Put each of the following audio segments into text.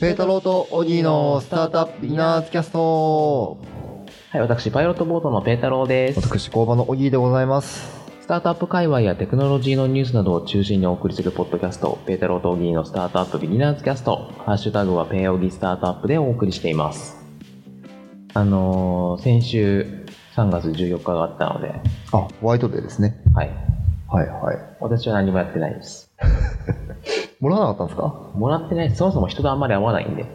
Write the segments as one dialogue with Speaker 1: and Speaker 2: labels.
Speaker 1: ペータローとオギーのスタートアップビギナーズキャスト
Speaker 2: はい、私、パイロットボートのペータローです。
Speaker 1: 私、工場のオギーでございます。
Speaker 2: スタートアップ界隈やテクノロジーのニュースなどを中心にお送りするポッドキャスト、ペータローとオギーのスタートアップビギナーズキャスト、ハッシュタグはペーオギスタートアップでお送りしています。あのー、先週3月14日があったので、
Speaker 1: あ、ホワイトデーですね。
Speaker 2: はい。
Speaker 1: はいはい。
Speaker 2: 私は何もやってないです。
Speaker 1: もらわなかったんですか
Speaker 2: もらってないです。そもそも人とあんまり会わないんで、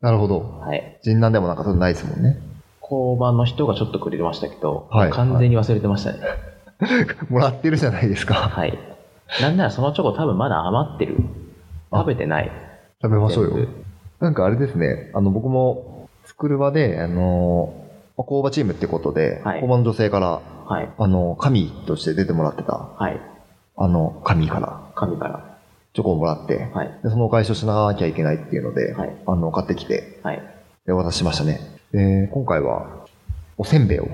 Speaker 1: なるほど。
Speaker 2: はい。
Speaker 1: 人難でもなんかそれないですもんね。
Speaker 2: 交番の人がちょっとくれてましたけど、
Speaker 1: はい
Speaker 2: 完全に忘れてましたね。
Speaker 1: もらってるじゃないです か。
Speaker 2: はい。なんならそのチョコ多分まだ余ってる。
Speaker 1: あ
Speaker 2: 食べてない。
Speaker 1: 食べましょう
Speaker 2: 全
Speaker 1: よ
Speaker 2: 部。
Speaker 1: なんかあれですね、あの、僕も、スクール場で、あのー、工場チームってことで、
Speaker 2: はい
Speaker 1: 工場の女性から、
Speaker 2: はい。
Speaker 1: あの、神として出てもらってた、
Speaker 2: はい。
Speaker 1: あの、神から
Speaker 2: 神から。
Speaker 1: チョコをもらって、
Speaker 2: はい。
Speaker 1: でそのお返しをしなきゃいけないっていうので、
Speaker 2: はい
Speaker 1: あの、買ってきて、
Speaker 2: はい。
Speaker 1: で、お渡ししましたね。で、今回は、おせんべいを、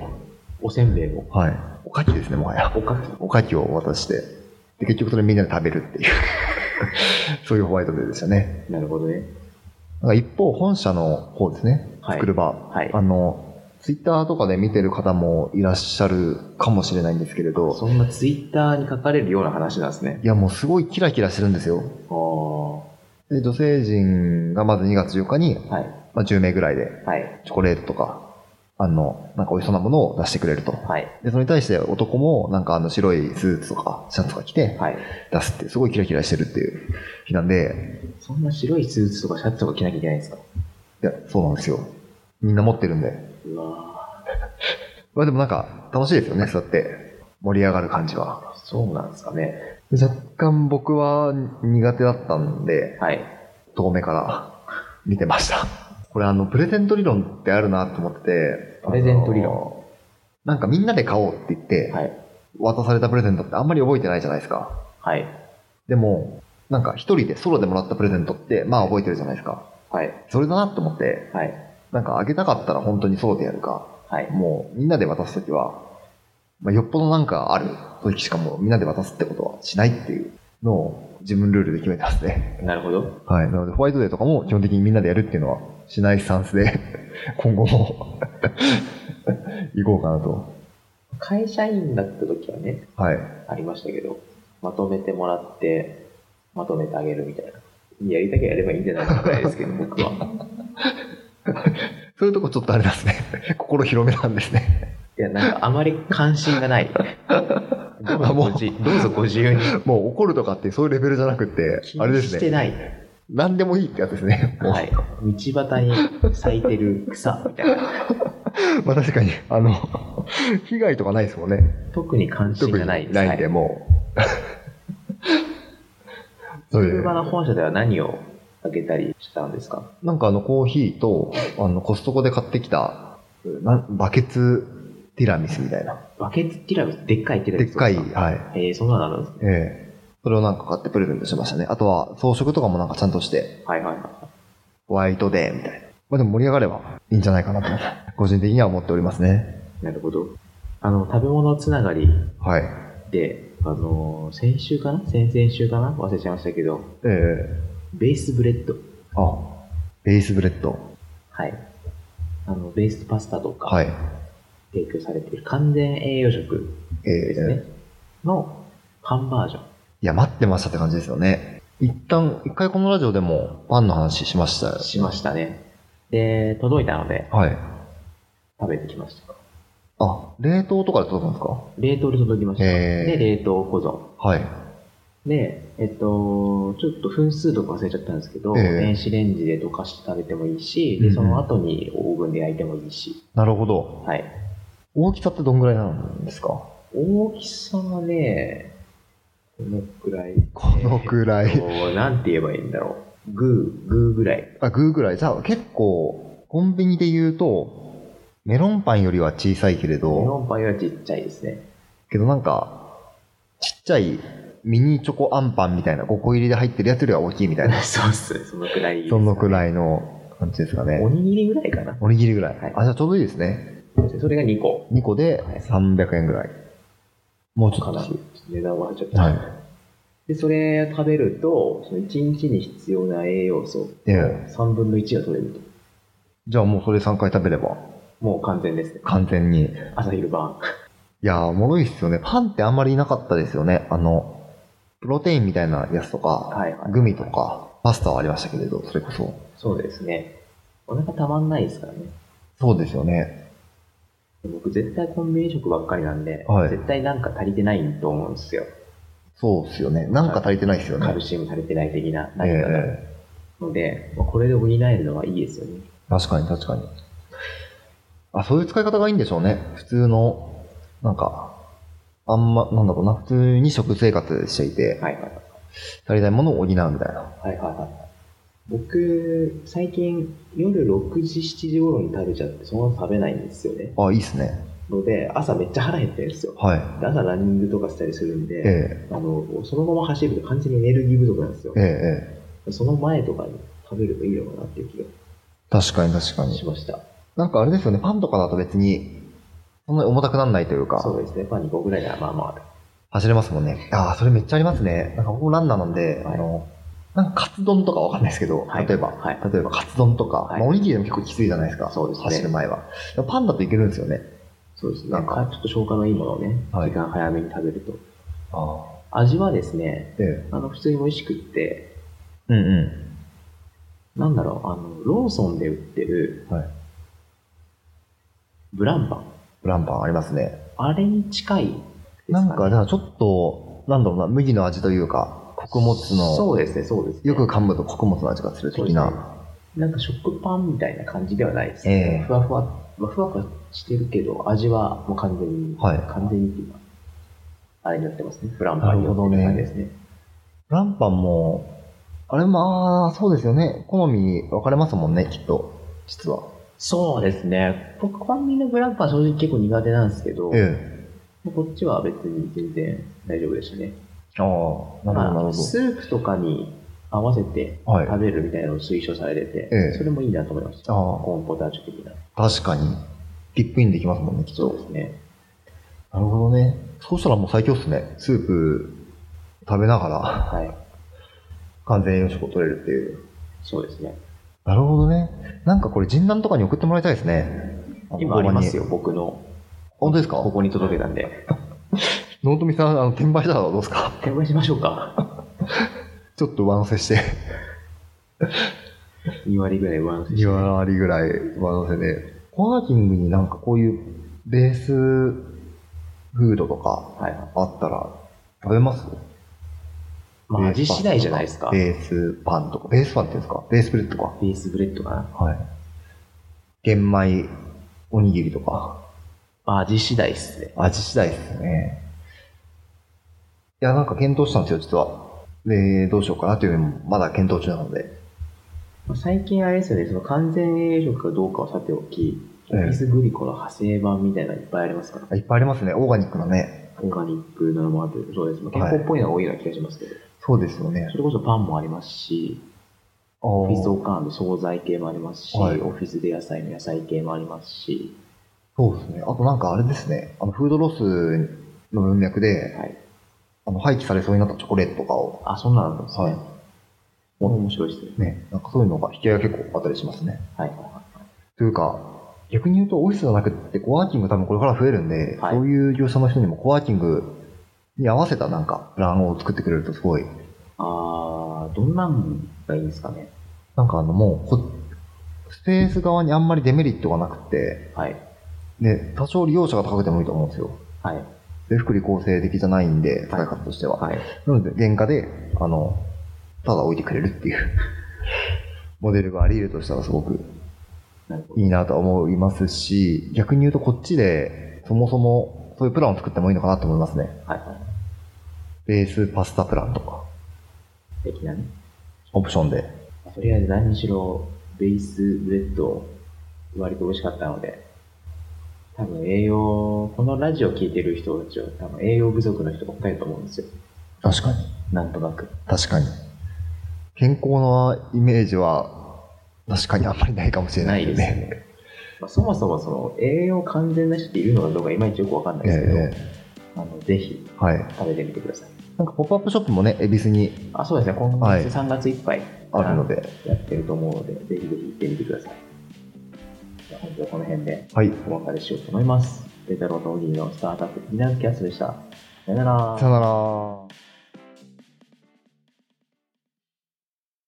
Speaker 2: おせんべいを。
Speaker 1: はい。おかきですね、もはや。
Speaker 2: おかき。
Speaker 1: おかきをお渡しして、で、結局それみんなで食べるっていう、 そういうホワイトデーでしたね。
Speaker 2: なるほどね。
Speaker 1: なんか一方、本社の方ですね、
Speaker 2: はい
Speaker 1: 作る場。
Speaker 2: はい
Speaker 1: あの、ツイッターとかで見てる方もいらっしゃるかもしれないんですけれど、
Speaker 2: そんなツイッターに書かれるような話なんですね。
Speaker 1: いや、もうすごいキラキラしてるんですよ。
Speaker 2: ああ。は
Speaker 1: で、女性陣がまず2月4日に、
Speaker 2: い。
Speaker 1: まあ、10名ぐらいで、
Speaker 2: はい。
Speaker 1: チョコレートとか、あの、なんか美味しそうなものを出してくれると。
Speaker 2: はい。
Speaker 1: で、それに対して男も、なんかあの白いスーツとか、シャツとか着て、
Speaker 2: はい。
Speaker 1: 出すっていう、すごいキラキラしてるっていう日なんで、
Speaker 2: そんな白いスーツとかシャツとか着なきゃいけないんですか
Speaker 1: いや、そうなんですよ。みんな持ってるんで。
Speaker 2: うわ
Speaker 1: まあでもなんか、楽しいですよね、そうやって。盛り上がる感じは。
Speaker 2: ーそうなんですかね。
Speaker 1: で若干僕は苦手だったんで、
Speaker 2: はい。
Speaker 1: 遠目から見てました。 これあの、プレゼント理論ってあるなと思ってて。
Speaker 2: プレゼント理論
Speaker 1: あのなんかみんなで買おうって言って、
Speaker 2: はい。
Speaker 1: 渡されたプレゼントってあんまり覚えてないじゃないですか。
Speaker 2: はい。
Speaker 1: でも、なんか一人でソロでもらったプレゼントって、まあ覚えてるじゃないですか。
Speaker 2: はい。
Speaker 1: それだなと思って、
Speaker 2: はい。
Speaker 1: なんかあげたかったら本当にソロでやるか、
Speaker 2: はい。
Speaker 1: もうみんなで渡すときは、まあ、よっぽどなんかある時しかもうみんなで渡すってことはしないっていうのを自分ルールで決めてますね。
Speaker 2: なるほど。
Speaker 1: はい。なのでホワイトデーとかも基本的にみんなでやるっていうのはしないスタンスで、 今後も行こうかなと。
Speaker 2: 会社員だった時はね、
Speaker 1: はい。
Speaker 2: ありましたけど、まとめてもらって、まとめてあげるみたいな。やりたきゃやればいいんじゃないかぐらいですけど、僕は。
Speaker 1: そういうとこちょっとあれなんですね。 心広めなんですね。
Speaker 2: いや、なんかあまり関心 がない。どうぞご自どうぞご自由に。
Speaker 1: もう怒るとかってそういうレベルじゃなくって
Speaker 2: 気、
Speaker 1: あれ
Speaker 2: に
Speaker 1: です
Speaker 2: して
Speaker 1: ね。
Speaker 2: ない。
Speaker 1: 何でもいいってやつです ね。もう
Speaker 2: はい。道端に咲いてる草みたいな。
Speaker 1: まあ確かに、あの、被害とかないですもんね。
Speaker 2: 特に関心
Speaker 1: 特
Speaker 2: が
Speaker 1: に
Speaker 2: な
Speaker 1: ないい
Speaker 2: で
Speaker 1: ん
Speaker 2: す。
Speaker 1: で、
Speaker 2: はい。
Speaker 1: も う。それで
Speaker 2: 車の本社では何をあげたりしたんですか
Speaker 1: なんかあのコーヒーと、あのコストコで買ってきた、なんバケツティラミスみたいな。
Speaker 2: バケツティラミス、でっかいティラ
Speaker 1: で
Speaker 2: ミ
Speaker 1: っ
Speaker 2: ス
Speaker 1: かい、
Speaker 2: ですか
Speaker 1: はい。
Speaker 2: えー、そんなのあるんですね。
Speaker 1: ええそれをなんか買ってプレゼントしましたね。あとは装飾とかもなんかちゃんとして、
Speaker 2: はいはいは
Speaker 1: ホワイトデーみたいな。まあでも盛り上がればいいんじゃないかなと、 個人的には思っておりますね。
Speaker 2: い。なるほど。あの、食べ物つながり
Speaker 1: はい。
Speaker 2: で、あのー先週かな先々週かな忘れちゃいましたけど、
Speaker 1: ええ
Speaker 2: ベースブレッド。
Speaker 1: あ、ベースブレッド。
Speaker 2: はい。あの、ベースパスタとか
Speaker 1: はい。
Speaker 2: 提供されている完全栄養食
Speaker 1: ええ
Speaker 2: ですね。のパンバージョン。
Speaker 1: いや、待ってましたって感じですよね。一旦、一回このラジオでもパンの話しましたよ。
Speaker 2: しましたね。で、届いたので
Speaker 1: はい。
Speaker 2: 食べてきました。
Speaker 1: あ、冷凍とかで届くんですか
Speaker 2: 冷凍で届きました。
Speaker 1: へー
Speaker 2: で、冷凍保存。
Speaker 1: はい。
Speaker 2: で、えっと、ちょっと分数とか忘れちゃったんですけど、
Speaker 1: ええ
Speaker 2: 電子レンジで溶かして食べてもいいし、
Speaker 1: うんう
Speaker 2: で
Speaker 1: ん
Speaker 2: その後にオーブンで焼いてもいいし、
Speaker 1: なるほど。
Speaker 2: はい。
Speaker 1: 大きさってどんぐらいなんですか
Speaker 2: 大きさはね、このくらい。
Speaker 1: このくらい
Speaker 2: えっとなんて言えばいいんだろう。グー、グーぐらい。
Speaker 1: あ、グーぐらい。じゃあ結構、コンビニで言うと、メロンパンよりは小さいけれ
Speaker 2: メ
Speaker 1: ど、
Speaker 2: ロンパイはちっちゃいですね。
Speaker 1: けどなんか、ちっちゃいミニチョコアンパンみたいな、5個入りで入ってるやつよりは大きいみ たいな、
Speaker 2: そうっすね。そのくらいですか
Speaker 1: そ
Speaker 2: ね、
Speaker 1: のくらいの感じですか
Speaker 2: お
Speaker 1: ね。
Speaker 2: にぎりぐらいかな。
Speaker 1: おにぎりぐらい。
Speaker 2: はい
Speaker 1: あ、じゃあちょうどいいですね。
Speaker 2: それが2個。
Speaker 1: 2個で
Speaker 2: はい
Speaker 1: 300円ぐらい。もうちょっ
Speaker 2: かな
Speaker 1: と。
Speaker 2: り値段はちょっと、
Speaker 1: はい
Speaker 2: で、それ食べると、その1日に必要な栄養素、
Speaker 1: ええ。
Speaker 2: 3分の1が取れると。
Speaker 1: じゃあもうそれ3回食べれば、
Speaker 2: もう完全ですね。
Speaker 1: 完全に。い
Speaker 2: 朝昼晩。
Speaker 1: やー、おもろいっすよね。パンってあんまりいなかったですよね。あの、プロテインみたいなやつとか、
Speaker 2: はいはい。
Speaker 1: グミとか、パスタはありましたけれど、それこそ。
Speaker 2: そうですね。お腹たまんないですからね。
Speaker 1: そうですよね。
Speaker 2: 僕絶対コンビニ食ばっかりなんで、
Speaker 1: はい
Speaker 2: 絶対なんか足りてないと思うんですよ。
Speaker 1: そうっすよね。なんか足りてないっすよね。
Speaker 2: カルシウム足りてない的な
Speaker 1: ええ
Speaker 2: 何かが
Speaker 1: ええ
Speaker 2: ので、まあこれで補えるのはいいですよね。
Speaker 1: 確かに確かに。あ、そういう使い方がいいんでしょうね。普通の、なんか、あんま、なんだろうな、普通に食生活していて、
Speaker 2: はいはい
Speaker 1: 足りないものを補うみたいな。
Speaker 2: はいはいはい。僕、最近夜6時、7時頃に食べちゃって、その後食べないんですよね。
Speaker 1: あ、いいっすね。
Speaker 2: ので、朝めっちゃ腹減ってるんですよ。
Speaker 1: はい。
Speaker 2: で朝ランニングとかしたりするん
Speaker 1: え
Speaker 2: で、
Speaker 1: え
Speaker 2: あのそのまま走ると完全にエネルギー不足なんですよ
Speaker 1: ええ。ええ
Speaker 2: その前とかに食べるといいのかなっていう気
Speaker 1: 確かに確か
Speaker 2: が
Speaker 1: に
Speaker 2: し。ました。
Speaker 1: なんかあれですよね、パンとかだと別に、そんなに重たくならないという
Speaker 2: そ
Speaker 1: か、
Speaker 2: うですね、パン2個ぐらいならまあまあ。
Speaker 1: 走れますもんね。ああ、それめっちゃありますね。なんか僕もランナーなんで、
Speaker 2: はい
Speaker 1: あの、なんかカツ丼とかわかんないですけど、
Speaker 2: はい
Speaker 1: 例えば、
Speaker 2: はい
Speaker 1: 例えばカツ丼とか、
Speaker 2: はい
Speaker 1: まあ、おにぎりでも結構きついじゃないですか、
Speaker 2: そうですね
Speaker 1: 走る前は。でもパンだといけるんですよね。
Speaker 2: そうですね、
Speaker 1: な
Speaker 2: なんん
Speaker 1: か
Speaker 2: かちょっと消化のいいものをね、
Speaker 1: はい
Speaker 2: 時間早めに食べると。
Speaker 1: ああ。
Speaker 2: 味はですね、
Speaker 1: ええ。
Speaker 2: あの普通に美味しくって、
Speaker 1: うんうん。
Speaker 2: なんだろう、あのローソンで売ってる、
Speaker 1: はい
Speaker 2: ブランパン、
Speaker 1: ブランパンありますね。
Speaker 2: あれに近いです
Speaker 1: な
Speaker 2: ね
Speaker 1: んか、じゃあちょっと、なんだろうな、麦の味というか、穀物の、
Speaker 2: そうですね、そうですね、
Speaker 1: よく噛むと穀物の味がする
Speaker 2: そうで
Speaker 1: 的
Speaker 2: すね
Speaker 1: な。
Speaker 2: なんか食パンみたいな感じではないです、
Speaker 1: ええ
Speaker 2: ふわふわ、まあふわふわしてるけど、味はもう完全に、
Speaker 1: はい
Speaker 2: 完全にっていうか、あれになってますね、ブランパンによってって感じですね。
Speaker 1: ランパンも、あれまあ、そうですよね。好み分かれますもんね、きっと。実は。
Speaker 2: そうですね。僕、コンビニのブランパン正直結構苦手なんですけど、
Speaker 1: ええ。
Speaker 2: こっちは別に全然大丈夫でしたね。
Speaker 1: ああ、なるほど、なるほ
Speaker 2: まあスープとかに合わせて
Speaker 1: ど。はい。
Speaker 2: 食べるみたいなのを推奨されてて、
Speaker 1: ええ
Speaker 2: それもいいなと思いました。
Speaker 1: あ
Speaker 2: コーンポタージュ的な。
Speaker 1: あ、確かに。ピップインできますもんね、きっ
Speaker 2: そう
Speaker 1: と
Speaker 2: で。すね。
Speaker 1: なるほどね。そうしたらもう最強っすね。スープ食べながら
Speaker 2: はい。
Speaker 1: 完全栄養食を取れるっていう。
Speaker 2: そうですね。
Speaker 1: なるほどね。なんかこれ、人覧とかに送ってもらいたいですね。
Speaker 2: 今あります
Speaker 1: よ。
Speaker 2: よ、僕の。
Speaker 1: 本当ですか
Speaker 2: ここに届けたんで。
Speaker 1: 納富さん、あの、転売したらどうですか
Speaker 2: 転売しましょうか。
Speaker 1: ちょっと上乗せして。
Speaker 2: 2割ぐらい上乗せして
Speaker 1: 2割ぐらい上乗せで。コワーキングになんかこういうベースフードとか
Speaker 2: はいはい。
Speaker 1: あったら食べます
Speaker 2: まあ、味次第じゃないですか。
Speaker 1: ベースパンとか。ベースパンっていうんですかベースブレッドか。
Speaker 2: ベースブレッドかな。
Speaker 1: はい。玄米おにぎりとか。
Speaker 2: まあ、味次第っすね。
Speaker 1: 味次第ですね。いや、なんか検討したんですよ、実は。で、どうしようかなというのも、まだ検討中なので。
Speaker 2: まあ最近あれですよね、その完全栄養食かどうかはさておき、
Speaker 1: ええ
Speaker 2: オフィスグリコの派生版みたいなのいっぱいありますから、
Speaker 1: いっぱいありますね、オーガニックのね。
Speaker 2: オーガニックなのもあって、そうです。まあ健
Speaker 1: はい
Speaker 2: 康っぽいのが多いような気がしますけど、
Speaker 1: そうですよね
Speaker 2: そ。れこそパンもありますし、オ
Speaker 1: オ
Speaker 2: フィスオーカーの惣菜系もありますし、
Speaker 1: はい
Speaker 2: オフィスで野菜の野菜系もありますし、
Speaker 1: そうですね。あとなんかあれですね。あの、フードロスの文脈で、
Speaker 2: はい。
Speaker 1: あの、廃棄されそうになったチョコレートとかを、
Speaker 2: あ、そんなのあるんですね。
Speaker 1: はい
Speaker 2: もう面白いですね。
Speaker 1: ね、なんかそういうのが引き合いが結構あったりしますね。
Speaker 2: はいはいは
Speaker 1: というか、逆に言うとオフィスじゃなくって、コワーキング多分これから増えるんで、
Speaker 2: はい
Speaker 1: そういう業者の人にもコワーキングに合わせたなんか、プランを作ってくれるとすごい、
Speaker 2: い。あー、どんなんがいいんですかね。
Speaker 1: なんかあの、もうこ、スペース側にあんまりデメリットがなくって、
Speaker 2: はい。
Speaker 1: で、多少利用者が高くてもいいと思うんですよ。
Speaker 2: はい。
Speaker 1: で、福利厚生的じゃないんで、使い方としては。
Speaker 2: はい。
Speaker 1: なので、原価で、あの、ただ置いてくれるっていう、モデルがあり得るとしたらすごく
Speaker 2: なるほど。
Speaker 1: いいなと思いますし、逆に言うとこっちで、そもそもそういうプランを作ってもいいのかなと思いますね。
Speaker 2: はいは
Speaker 1: ベースパスタプランとか、
Speaker 2: い。的なね。
Speaker 1: オプションで。
Speaker 2: とりあえず何にしろベースブレッド割と美味しかったので多分栄養このラジオ聞いてる人たちは多分栄養不足の人ばっかりだと思うんですよ
Speaker 1: 確かに。
Speaker 2: なんとなく
Speaker 1: 確かに。健康なイメージは、確かにあんまりないかもしれな
Speaker 2: ないい
Speaker 1: で
Speaker 2: ですす
Speaker 1: ね。
Speaker 2: ね、まあ、そもそもその栄養完全な人っているのかどうかいまいちよくわかんないですけど、
Speaker 1: え
Speaker 2: あのぜひ
Speaker 1: えはい。
Speaker 2: 食べてみてください
Speaker 1: なんかポップアップショップもね、恵比寿に
Speaker 2: あ、そうですね、今
Speaker 1: はい
Speaker 2: 月3月いっぱい
Speaker 1: あるので、
Speaker 2: やってると思うので、ぜひぜひ行ってみてください。じゃあ本日はこの辺で
Speaker 1: はい。
Speaker 2: お別れしようと思います。ペテロとオギーのスタートアップビギナーズキャストでした。さよなら
Speaker 1: さよなら。